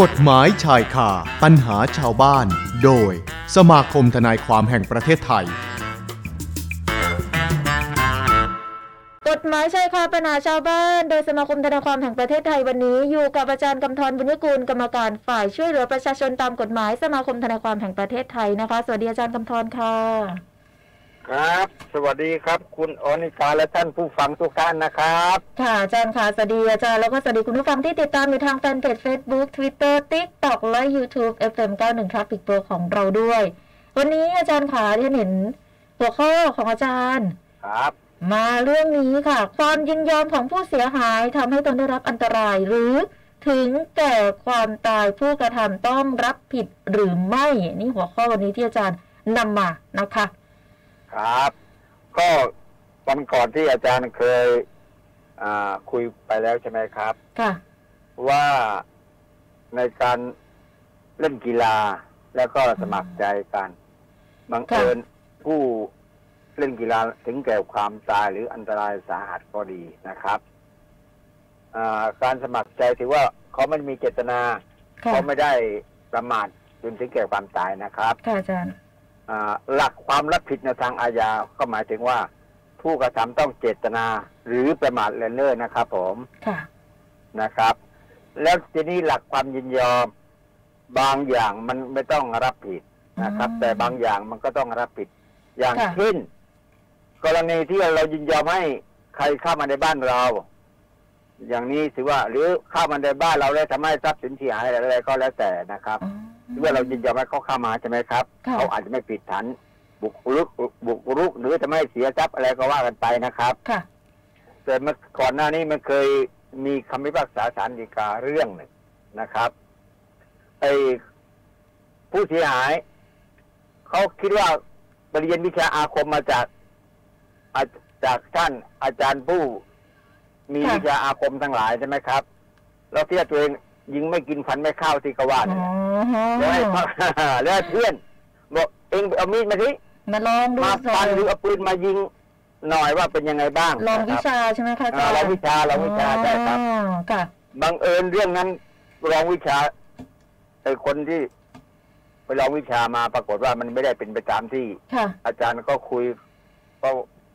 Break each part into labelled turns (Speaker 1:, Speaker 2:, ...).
Speaker 1: กฎหมายชายคาปัญหาชาวบ้าน โดย สมาคมทนายความแห่งประเทศไทย
Speaker 2: กฎหมายชายคาปัญหาชาวบ้าน โดยสมาคมธนาความแห่งประเทศไทยวันนี้ อยู่กับอาจารย์กำธรบุญยกุลกรรมการฝ่ายช่วยเหลือประชาชนตามกฎหมายสมาคมธนาความแห่งประเทศไทยนะคะ สวัสดีอาจารย์กำธรค่ะ
Speaker 3: ครับ สวัสดีครับ คุณอนิกาและท่านผู้ฟังทุกท่านนะครับ
Speaker 2: ค่ะอาจารย์ค่ะสวัสดีอาจารย์แล้วก็สวัสดีคุณผู้ฟังที่ติดตามอยู่ทางแฟนเพจ Facebook Twitter TikTok และ YouTube FM 91 Traffic Pro ของเราด้วย วันนี้อาจารย์ค่ะที่เห็นหัวข้อของอาจารย์
Speaker 3: ครับ
Speaker 2: มาเรื่องนี้ค่ะ ความยินยอมของผู้เสียหายทำให้ตนได้รับอันตรายหรือถึงแก่ความตายผู้กระทำต้องรับผิดหรือไม่ นี่หัวข้อวันนี้ที่อาจารย์นำมานะคะ
Speaker 3: ครับ ก็วันก่อนที่อาจารย์เคย อ่าคุยไปแล้วใช่ไหมครับ
Speaker 2: ค่ะ
Speaker 3: ว่าในการเล่นกีฬาแล้วก็สมัครใจกันบังเอิญผู้เล่นกีฬาถึงแก่ความตายหรืออันตรายสาหัสก็ดีนะครับอ่าการสมัครใจถือว่าเขาไม่มีเจตนา
Speaker 2: ค่ะ
Speaker 3: เขาไม่ได้ประมาทจนถึงแก่ความตายนะครับ
Speaker 2: ค่ะอาจารย์
Speaker 3: อ่าหลักความรับผิดในทางอาญาก็หมายถึงว่า ผู้กระทำต้องเจตนาหรือประมาทเลินเล่อนะครับผม
Speaker 2: ค่ะ
Speaker 3: นะครับ แล้วทีนี้หลักความยินยอม บางอย่างมันไม่ต้องรับผิดนะครับ
Speaker 2: อืม
Speaker 3: แต่บางอย่างมันก็ต้องรับผิด อย่าง
Speaker 2: ค่ะ
Speaker 3: เช่นกรณีที่เรายินยอมให้ใครเข้ามาในบ้านเรา อย่างนี้ถือว่า หรือเข้ามาในบ้านเราแล้วทำให้ทรัพย์สินเสียหายอะไรก็แล้วแต่นะครับ
Speaker 2: อ๋อ
Speaker 3: เมื่อเรายินยอมให้เขาเข้ามาใช่ไหมครับ
Speaker 2: ค่ะ
Speaker 3: เขาอาจจะไม่ผิดฐานบุกรุกบุกรุกหรือจะไม่เสียทรัพย์อะไรก็ว่ากันไปนะครับ
Speaker 2: ค่ะ
Speaker 3: แต่เมื่อก่อนหน้านี้มันเคยมีคำพิพากษาศาลฎีกาเรื่องหนึ่งนะครับไอผู้เสียหายเขาคิดว่าไปเรียนวิชาอาคมมาจากอาจากท่านอาจารย์ผู้ มี
Speaker 2: ค่ะ
Speaker 3: วิชาอาคมทั้งหลายใช่ไหมครับ แล้วเที่ตัวเองยิงไม่กินฟันไม่เข้าที่กว่า
Speaker 2: อ๋
Speaker 3: เนี่ย
Speaker 2: อ
Speaker 3: แล้วให้พ่อ แล้วให้เพื่อนบอกเองไปเอามีดมาสิ
Speaker 2: มาลองดู
Speaker 3: มาฟันหรือเอาปืนมายิงหน่อยว่าเป็นยังไงบ้าง
Speaker 2: ลองวิ
Speaker 3: นะครับ
Speaker 2: ชาใช่ไหมคะอาจา
Speaker 3: อ่าร
Speaker 2: ย์
Speaker 3: ลองวิชาลองวิชาได้ครับ
Speaker 2: อ๋อค่ะ
Speaker 3: บังเอิญเรื่องนั้นลองวิชาไอ้คนที่ไปลองวิชามาปรากฏว่ามันไม่ได้เป็นไปตามที่
Speaker 2: ค่ะ
Speaker 3: อาจารย์ก็คุยก็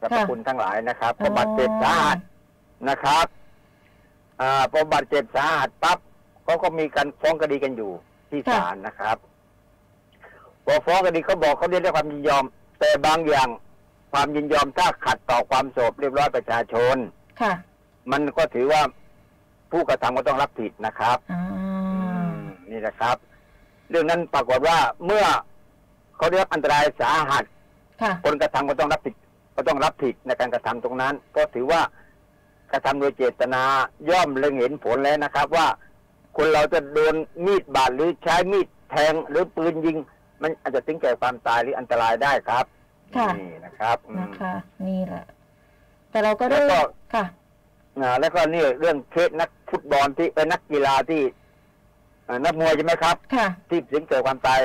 Speaker 3: สรรพ
Speaker 2: ค่ะ
Speaker 3: คุณทั้งหลายนะครับก็บาดเจ็บสาหัส นะครับ อ่าพอบาดเจ็บสาหัสปั๊บเขาก็มีการฟ้องคดีกันอยู่ที่
Speaker 2: ค่ะ
Speaker 3: ศาลนะครับ พอฟ้องคดีเขาบอกเขาเรียกได้ความยินยอม แต่บางอย่างความยินยอมถ้าขัดต่อความสงบเรียบร้อยประชาชน
Speaker 2: ค่ะ
Speaker 3: มันก็ถือว่าผู้กระทำก็ต้องรับผิดนะครับ
Speaker 2: อ๋อ
Speaker 3: นี่นะครับ เรื่องนั้นปรากฏว่าเมื่อเขาได้รับอันตรายสาหัส
Speaker 2: ค่ะ
Speaker 3: คนกระทำก็ต้องรับผิดก็ต้องรับผิดในการกระทำตรงนั้น ก็ถือว่ากระทำโดยเจตนาย่อมเล็งเห็นผลแล้วนะครับ ว่าคนเราจะโดนมีดบาดหรือใช้มีดแทงหรือปืนยิง มันอาจจะถึงแก่ความตายหรืออันตรายได้ครับ
Speaker 2: ค่ะ
Speaker 3: นี่นะครับอืม
Speaker 2: นะคะ นี่แหละ แต่เราก็ได้
Speaker 3: แล้วก็
Speaker 2: ค่ะ
Speaker 3: อ่าแล้วก็นี่เรื่องเคสนักฟุตบอลที่เป็นนักกีฬาที่อ่านักมวยใช่ไหมครับ
Speaker 2: ค่ะ
Speaker 3: ที่ถึงแก่ความตาย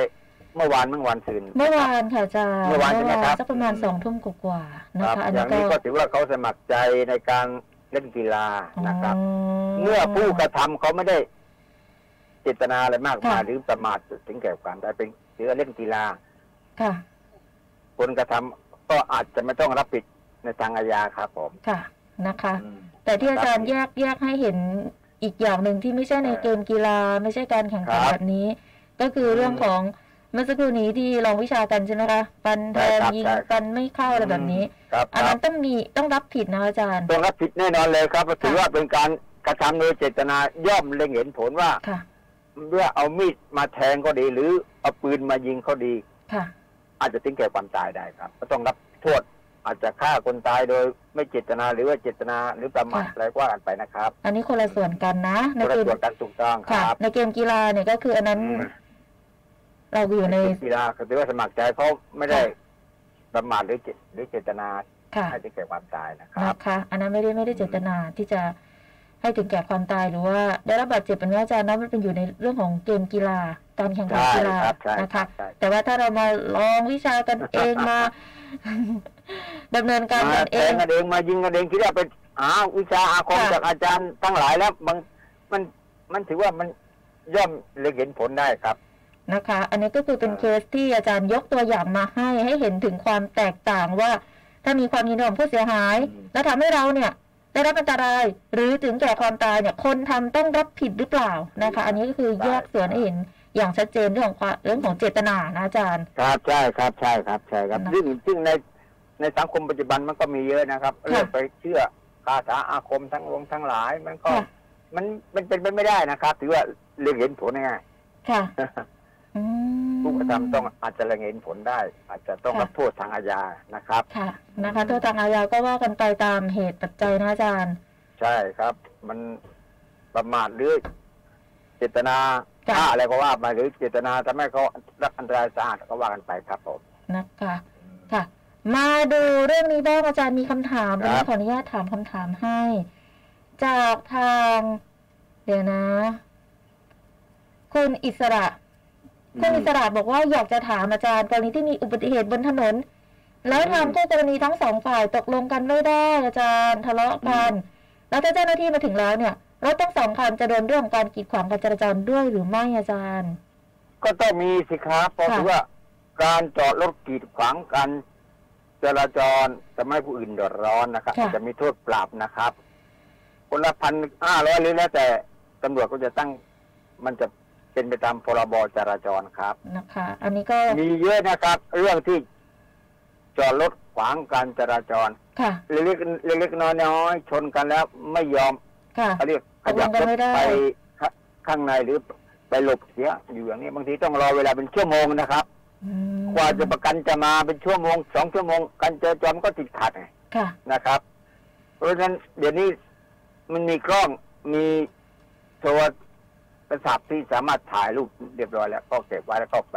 Speaker 3: เมื่อวานเมื่อวันซืน
Speaker 2: เมื่อวานค่ะอาจารย์
Speaker 3: เมื่อวานใช่ไหมครับ
Speaker 2: สักประมาณสองทุ่มกว่าๆ
Speaker 3: ค
Speaker 2: นะ
Speaker 3: รับ
Speaker 2: คะ อัน
Speaker 3: อ
Speaker 2: นี้
Speaker 3: ย่าง
Speaker 2: ก็
Speaker 3: นี้ก็ถือว่าเขาสมัครใจในการเล่นกีฬานะครับ เมื่อผู้กระทำเขาไม่ได้เจตนาอะไรมากมาย
Speaker 2: ค่ะ
Speaker 3: หรือประมาทถึงแก่ความตายเป็นหรือเล่นกีฬา
Speaker 2: ค่ะ
Speaker 3: คนกระทำก็อาจจะไม่ต้องรับผิดในทางอาญาครับผม
Speaker 2: ค่ะ นะคะ
Speaker 3: อืม
Speaker 2: แต่ที่อาจารย์
Speaker 3: ครั
Speaker 2: แย
Speaker 3: บ
Speaker 2: กแยกให้เห็นอีกอย่างหนึ่งที่ไม่ใช่ใน
Speaker 3: เออ
Speaker 2: เกมกีฬา ไม่ใช่การแข่งขัน
Speaker 3: ครับ
Speaker 2: แบบนี้ ก็คืออ
Speaker 3: ม
Speaker 2: เรื่องของเมื่อสักครู่นี้ที่ลองวิชากันใช่ไหมคะฟันแท
Speaker 3: ใช่
Speaker 2: ง
Speaker 3: ครับ
Speaker 2: ยิง
Speaker 3: ใช่ครับ
Speaker 2: ฟันไม่เข้าอะไรแบบนี้
Speaker 3: ครับ
Speaker 2: อัน
Speaker 3: ครั
Speaker 2: นั้
Speaker 3: บ
Speaker 2: นต้องมีต้องรับผิดนะอาจารย์
Speaker 3: ต้องรับผิดแน่นอนเลยครับเพราะถือ
Speaker 2: ค่ะ
Speaker 3: ว่าเป็นการกระทำโดยเจตนาย่อมเล็งเห็นผลว่า
Speaker 2: ค่ะ
Speaker 3: เมื่อเอามีดมาแทงก็ดี หรือเอาปืนมายิงก็ดี
Speaker 2: ค่ะ
Speaker 3: อาจจะถึงแก่ความตายได้ครับก็ต้องรับโทษ อาจจะฆ่าคนตายโดยไม่เจตนาหรือว่าเจตนาหรือประมาท
Speaker 2: ค่ะ
Speaker 3: อะไรก็ว่ากันไปนะครับ
Speaker 2: อันนี้คนละส่วนกันนะ ใน
Speaker 3: ก็
Speaker 2: เก
Speaker 3: ต
Speaker 2: ม
Speaker 3: รวจกันถูกต้องค
Speaker 2: ค่ะ
Speaker 3: รับ
Speaker 2: ในเกมกีฬาเนี่ยก็คืออันนั้น
Speaker 3: อืม
Speaker 2: เราอยู่ใน
Speaker 3: กีฬาคือว่าสมัครใจเขาไม่ได้ประมาทหรือเจหรือเจตนา
Speaker 2: ค่ะ
Speaker 3: ให้ถึงแก่ความตายนะครับ
Speaker 2: นะคะ อันนั้นไม่ได้ไม่ได้เจตนาที่จะให้ถึงแก่ความตายหรือว่าได้รับบาดเจ็บเป็นว่าอาจารย์นะมันเป็นอยู่ในเรื่องของเกมกีฬาการแข่งขัน
Speaker 3: ใช่
Speaker 2: กีฬา
Speaker 3: ครับใช่
Speaker 2: นะ
Speaker 3: ครั
Speaker 2: คะ
Speaker 3: บใช่
Speaker 2: แต่ว่าถ้าเรามาลองวิชากันเองมา ดำเนินการ
Speaker 3: มา
Speaker 2: กัน
Speaker 3: แท
Speaker 2: เอง
Speaker 3: งกันเองมายิงกันเองคิดว่าเป็นอาวิชาอาคมจากอาจารย์ทั้งหลายแล้วมันมันมันถือว่ามัน ย่อมเล็งเห็นผลได้ครับ
Speaker 2: นะคะ อันนี้ก็คือเป็นเคสที่อาจารย์ยกตัวอย่างมาให้ให้เห็นถึงความแตกต่างว่า ถ้ามีความยินยอมของผู้เสียหาย
Speaker 3: อืม
Speaker 2: แล้วทำให้เราเนี่ย ได้รับอันตรายหรือถึงแก่ความตายเนี่ย คนทำต้องรับผิดหรือเปล่านะคะ อันนี้ก็คือแยกส่วนให้เห็นอย่างชัดเจนเรื่องของความเรื่องของเจตนานะอาจารย์
Speaker 3: ครับใช่ครับใช่ครับใช่ครับ
Speaker 2: นะ
Speaker 3: ซึ่งซึ่งในในสังคมปัจจุบันมันก็มีเยอะนะครับเรื่องไปเชื่อคาถาอาคมทั้งลงทั้งหลาย มันก็
Speaker 2: ค่ะ
Speaker 3: มันมันเป็นไปไม่ได้นะครับ ถือว่าเรียงเห็นผลง่าย
Speaker 2: ค่ะ
Speaker 3: ๆ
Speaker 2: อืม
Speaker 3: ผู้กระทำต้องอาจจะเรียงเห็นผลได้ อาจจะต้องรับโทษทางอาญานะครับ
Speaker 2: ค่ะนะคะโทษทางอาญาก็ว่ากันไปตามเหตุปัจจัยนะอาจารย์
Speaker 3: ใช่ครับ มันประมาทหรือเจตนา
Speaker 2: ค่ะ
Speaker 3: ฆ่าอะไรก็ว่าไปหรือเจตนาทำให้เขารับอันตรายสาหัสก็ว่ากันไปครับผม
Speaker 2: นะคะ ค่ะ มาดูเรื่องนี้บ้างอาจารย์มีคำถาม
Speaker 3: ครับ
Speaker 2: วันนี้ขออนุญาตถามคำถามให้ จากทาง เดี๋ยวนะ คุณอิสระ คุณอิสระบอกว่าอยากจะถามอาจารย์กรณีที่มีอุบัติเหตุบนถนน แล้วทางคู่กรณีทั้งสองฝ่ายตกลงกันไม่ได้อาจารย์ทะเลาะกัน แล้วถ้าเจ้าหน้าที่มาถึงแล้วเนี่ยรถทั้งสองคันจะโดนเรื่องของการกีดขวางการจราจรด้วยหรือไม่อาจารย์
Speaker 3: ก็ต้องมีสิครับเพราะ
Speaker 2: ค่ะ
Speaker 3: ถือว่าการจอดรถกีดขวางกันจราจรจะไม่ให้ผู้อื่นเดือดร้อนนะครับอาจจะมีโทษปรับนะครับ คนละพันห้าร้อยหรือแล้วแต่ตำรวจก็จะตั้ง มันจะเป็นไปตามพรบจราจรครับ
Speaker 2: นะคะ อันนี้ก็
Speaker 3: มีเยอะนะครับ เรื่องที่จอดรถขวางการจราจร
Speaker 2: ค่ะ
Speaker 3: เล็กๆเล็กๆน้อยๆชนกันแล้วไม่ยอม
Speaker 2: ค่ะ
Speaker 3: เขาเรียกขยับรถไปข้างในหรือไปหลบเสียอยู่อย่างนี้บางทีต้องรอเวลาเป็นชั่วโมงนะครับ
Speaker 2: อืม
Speaker 3: กว่าจะประกันจะมาเป็นชั่วโมงสองชั่วโมงการจราจรมันก็ติดขัดไง
Speaker 2: ค่ะ
Speaker 3: นะครับ เพราะฉะนั้นเดี๋ยวนี้มันมีกล้องมีโทรศัพท์ที่สามารถถ่ายรูปเรียบร้อยแล้ว ก็เก็บไว้แล้วก็ไป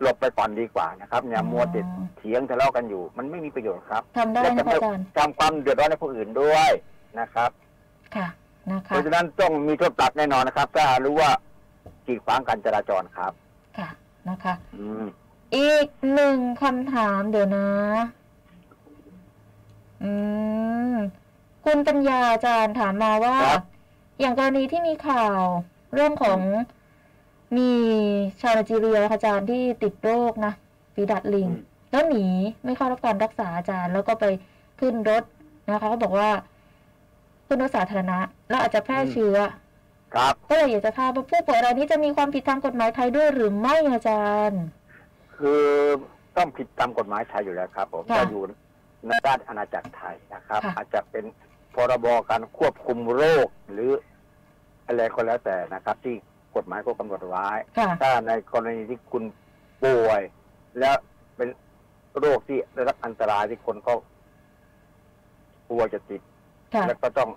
Speaker 3: หลบไปก่อนดีกว่านะครับอย่ามัวติดเถียงทะเลาะกันอยู่ มันไม่มีประโยชน์ครับ
Speaker 2: ทำได้
Speaker 3: และ
Speaker 2: นะ
Speaker 3: จะ
Speaker 2: คะ
Speaker 3: ไม่
Speaker 2: อาจารย์
Speaker 3: ทำความเดือดร้อนให้ผู้อื่นด้วยนะครับ
Speaker 2: ค่ะ นะ
Speaker 3: เพ
Speaker 2: คะ
Speaker 3: ราะฉะนั้นต้องมีโทษปรับแน่นอนนะครับ ถ้ารู้ว่ากีดขวางการจราจรครับ
Speaker 2: ค่ะ นะคะ
Speaker 3: อืม
Speaker 2: อีกหนึ่งคำถามเดี๋ยวนะ อืม คุณปัญญาอาจารย์ถามมาว่า
Speaker 3: ครับ
Speaker 2: อย่างกรณีที่มีข่าวเรื่องของมีชาวไนจีเรียค่ะอาจารย์ที่ติดโรคนะฝีดัดลิง
Speaker 3: อืม
Speaker 2: แล้วหนีไม่เข้ารับการรักษาอาจารย์ แล้วก็ไปขึ้นรถนะคะเขาบอกว่าขึ้นรถสาธารณะ แล้วอาจจะแพร่เชื้อ
Speaker 3: ครับ
Speaker 2: ก็เลยอยากจะทราบว่าผู้ป่วยรายนี้จะมีความผิดทางกฎหมายไทยด้วยหรือไม่อาจารย์
Speaker 3: คือต้องผิดตามกฎหมายไทยอยู่แล้วครับ ผม
Speaker 2: ค่ะ
Speaker 3: จะอยู่ในด้านอาณาจักรไทยนะครับ
Speaker 2: ค่ะ
Speaker 3: อาจจะเป็นพรบการควบคุมโรค หรืออะไรก็แล้วแต่นะครับ ที่กฎหมายก็กำหนดไว้
Speaker 2: ค่ะ
Speaker 3: ถ้าในกรณีที่คุณป่วย แล้วเป็นโรคที่ได้รับอันตรายที่คนก็กลัวจะติด
Speaker 2: ค่ะ
Speaker 3: แล้วก็ต้อง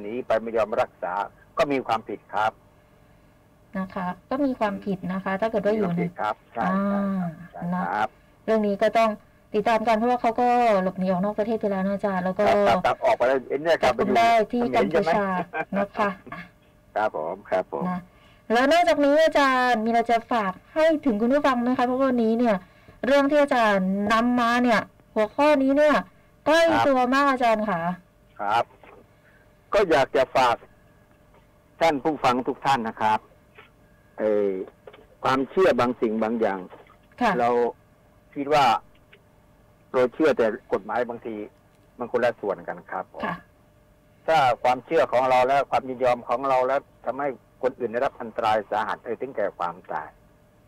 Speaker 3: หนีไปไม่ยอมรักษา ก็มีความผิดครับ
Speaker 2: นะคะ ก็มีความผิดนะคะ ถ้าเกิดว่าอ
Speaker 3: มีค
Speaker 2: ยู่
Speaker 3: วาม
Speaker 2: ใน
Speaker 3: ผิดครับใช่ใช่ครับใช่
Speaker 2: อ่า
Speaker 3: ครับ
Speaker 2: เรื่องนี้ก็ต้องติดตามกันเพราะว่าเขาก็หลบหนีออกนอกประเทศไปแล้วนะอาจารย์ แล้วก็
Speaker 3: ครับครับครับออกไปแล้วเอ็นเนี่ยค
Speaker 2: จั
Speaker 3: รั
Speaker 2: บบ
Speaker 3: ไป
Speaker 2: กุม
Speaker 3: อยู่
Speaker 2: ได้ที่กัม
Speaker 3: เขร
Speaker 2: พู
Speaker 3: ใไห
Speaker 2: ชานะคะอ่ะ
Speaker 3: ครับผมครับผม
Speaker 2: นะแล้วนอกจากนี้อาจารย์มีอะไรจะฝากให้ถึงคุณผู้ฟังไหมคะเพราะวันนี้เนี่ย เรื่องที่อาจารย์นำมาเนี่ย หัวข้อนี้เนี่ยใกล้ตัวมากอาจารย์ค่ะ
Speaker 3: ครับ ก็อยากจะฝากท่านผู้ฟังทุกท่านนะครับเออความเชื่อบางสิ่งบางอย่าง
Speaker 2: ค่ะ
Speaker 3: เราคิดว่าเราเชื่อแต่กฎหมายบางที มันคนละส่วนกันครับผม
Speaker 2: ค่ะ
Speaker 3: ถ้าความเชื่อของเราและความยินยอมของเราแล้วทำให้คนอื่นได้รับอันตรายสาหัสเออถึงแก่ความตาย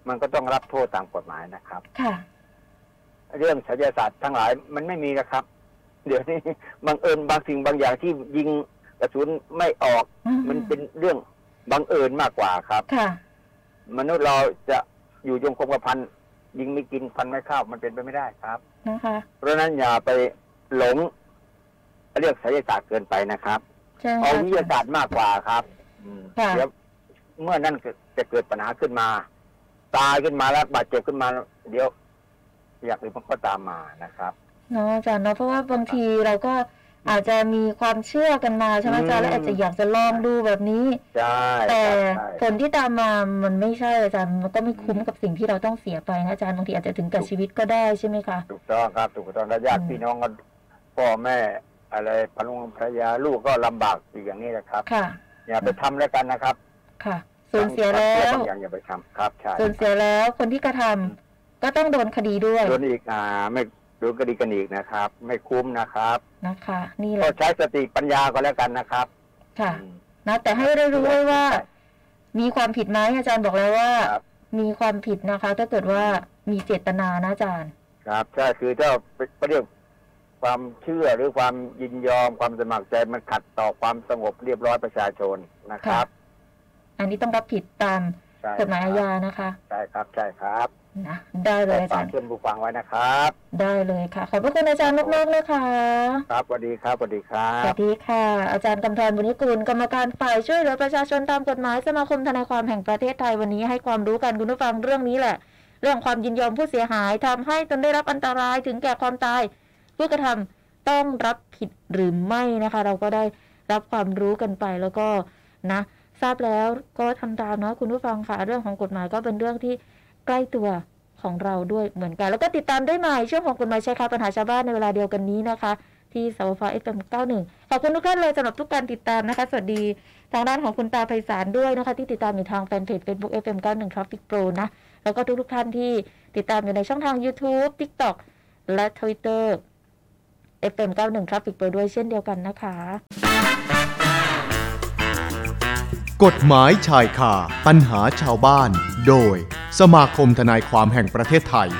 Speaker 3: มันก็ต้องรับโทษตามกฎหมายนะครับ
Speaker 2: ค่ะ
Speaker 3: เรื่องศัลยศาสตร์ทั้งหลายมันไม่มีนะครับ เดี๋ยวนี้บังเอิญบางสิ่งบางอย่างที่ยิงกระสุนไม่ออก มันเป็นเรื่องบังเอิญมากกว่าครับ
Speaker 2: ค่ะ
Speaker 3: มนุษย์เราจะอยู่ยงคงกระพันยิงไม่กินพันไม่เข้ามันเป็นไปไม่ได้ครับ
Speaker 2: นะคะ
Speaker 3: เพราะฉะนั้นอย่าไปหลงเรื่องศัลยศาสตร์เกินไปนะครับ
Speaker 2: ใช่ไหม
Speaker 3: เอา
Speaker 2: คะ
Speaker 3: วิทยาศาสตร์มากกว่าครับอืม
Speaker 2: ค่ะ
Speaker 3: เดี๋ยวเมื่อนั่นจะเกิดปัญหาขึ้นมา ตายขึ้นมาแล้วบาดเจ็บขึ้นมา เดี๋ยว อยากอื่นมันก็ตามมานะครับ
Speaker 2: เนาะอาจารย์เนาะเพราะว่าบางทีเราก็อาจจะมีความเชื่อกันมาใช่ไหมอาจารย์
Speaker 3: อืม
Speaker 2: แล้วอาจจะอยากจะลองดูแบบนี้
Speaker 3: ใช่
Speaker 2: แต่
Speaker 3: ครับใช่
Speaker 2: ผลที่ตามมามันไม่ใช่อาจารย์มันก็ไม่คุ้มกับสิ่งที่เราต้องเสียไปนะอาจารย์บางทีอาจจะถึงแก่ชีวิตก็ได้ใช่ไหมคะ
Speaker 3: ถูกต้องครับถูกต้องแล้วญาติ
Speaker 2: อืม
Speaker 3: พี่น้องก็พ่อแม่อะไรพะลุงพระยาลูกก็ลำบากอยู่อย่างนี้นะครับ
Speaker 2: ค่ะ
Speaker 3: อย่าไปทำแล้วกันนะครับ
Speaker 2: ค่ะ สูญเสียแล้ว
Speaker 3: บางอย่างอย่าไปทำครับใช่
Speaker 2: สูญเสียแล้วคนที่กระทำก็ต้องโดนคดีด้วย
Speaker 3: โดนอีกอ่าไม่โดนกระดิกกันอีกนะครับ ไม่คุ้มนะครับ
Speaker 2: นะคะ นี่แห
Speaker 3: ก็
Speaker 2: ละ
Speaker 3: ใช้สติปัญญาก็แล้วกันนะครับ
Speaker 2: ค่ะ
Speaker 3: อืม
Speaker 2: นะแต่ให้ได้รู้ไว้ว่า มีความผิดไหมอาจารย์บอกแล้วว่า
Speaker 3: ครับ
Speaker 2: มีความผิดนะคะ ถ้าเกิดว่ามีเจตนานะอาจารย์
Speaker 3: ครับใช่คือถ้าไปเรียกความเชื่อหรือความยินยอมความสมัครใจมันขัดต่อความสงบเรียบร้อยประชาชนนะครับ
Speaker 2: อันนี้ต้องรับผิดตาม
Speaker 3: ใช่
Speaker 2: กฎหมายอา
Speaker 3: ครับ
Speaker 2: ญานะคะ
Speaker 3: ใช่ครับใช่ครับ
Speaker 2: นะได้เลยอา
Speaker 3: ฝา
Speaker 2: จาก รย์
Speaker 3: เพื่อนผู้ฟังไว้นะครับ
Speaker 2: ได้เลยค่ะ ขอบพระคุณอาจารย์มากๆนะคะ
Speaker 3: ครับสวัสดีครับสวัสดีครั
Speaker 2: สวั
Speaker 3: บ
Speaker 2: สดีค่ะ อาจารย์กำธรบุญยกุลกรรมการฝ่ายช่วยเหลือประชาชนตามกฎหมายสมาคมทนายความแห่งประเทศไทยวันนี้ให้ความรู้กันคุณผู้ฟังเรื่องนี้แหละ เรื่องความยินยอมผู้เสียหายทำให้ตนได้รับอันตรายถึงแก่ความตาย ผู้กระทำต้องรับผิดหรือไม่นะคะ เราก็ได้รับความรู้กันไปแล้วก็นะ ทราบแล้วก็ทำตามนะคุณผู้ฟังค่ะ เรื่องของกฎหมายก็เป็นเรื่องที่ใกล้ตัวของเราด้วยเหมือนกัน แล้วก็ติดตามได้ใหม่ช่วงของกฎหมายใช้ค่ะปัญหาชาวบ้านในเวลาเดียวกันนี้นะคะ ที่สวฟเอฟเอ็มเก้าหนึ่งขอบคุณทุกท่านเลยสำหรับทุกการติดตามนะคะ สวัสดีทางด้านของคุณตาไพศาลด้วยนะคะ ที่ติดตามอยู่ทางแฟนเพจ Facebook FM 91 Traffic Pro นะ แล้วก็ทุกๆท่านที่ติดตามอยู่ในช่องทาง YouTube TikTok และ Twitter FM 91 Traffic Pro ด้วยเช่นเดียวกันนะคะ
Speaker 1: กฎหมายชายคาปัญหาชาวบ้าน โดยสมาคมทนายความแห่งประเทศไทย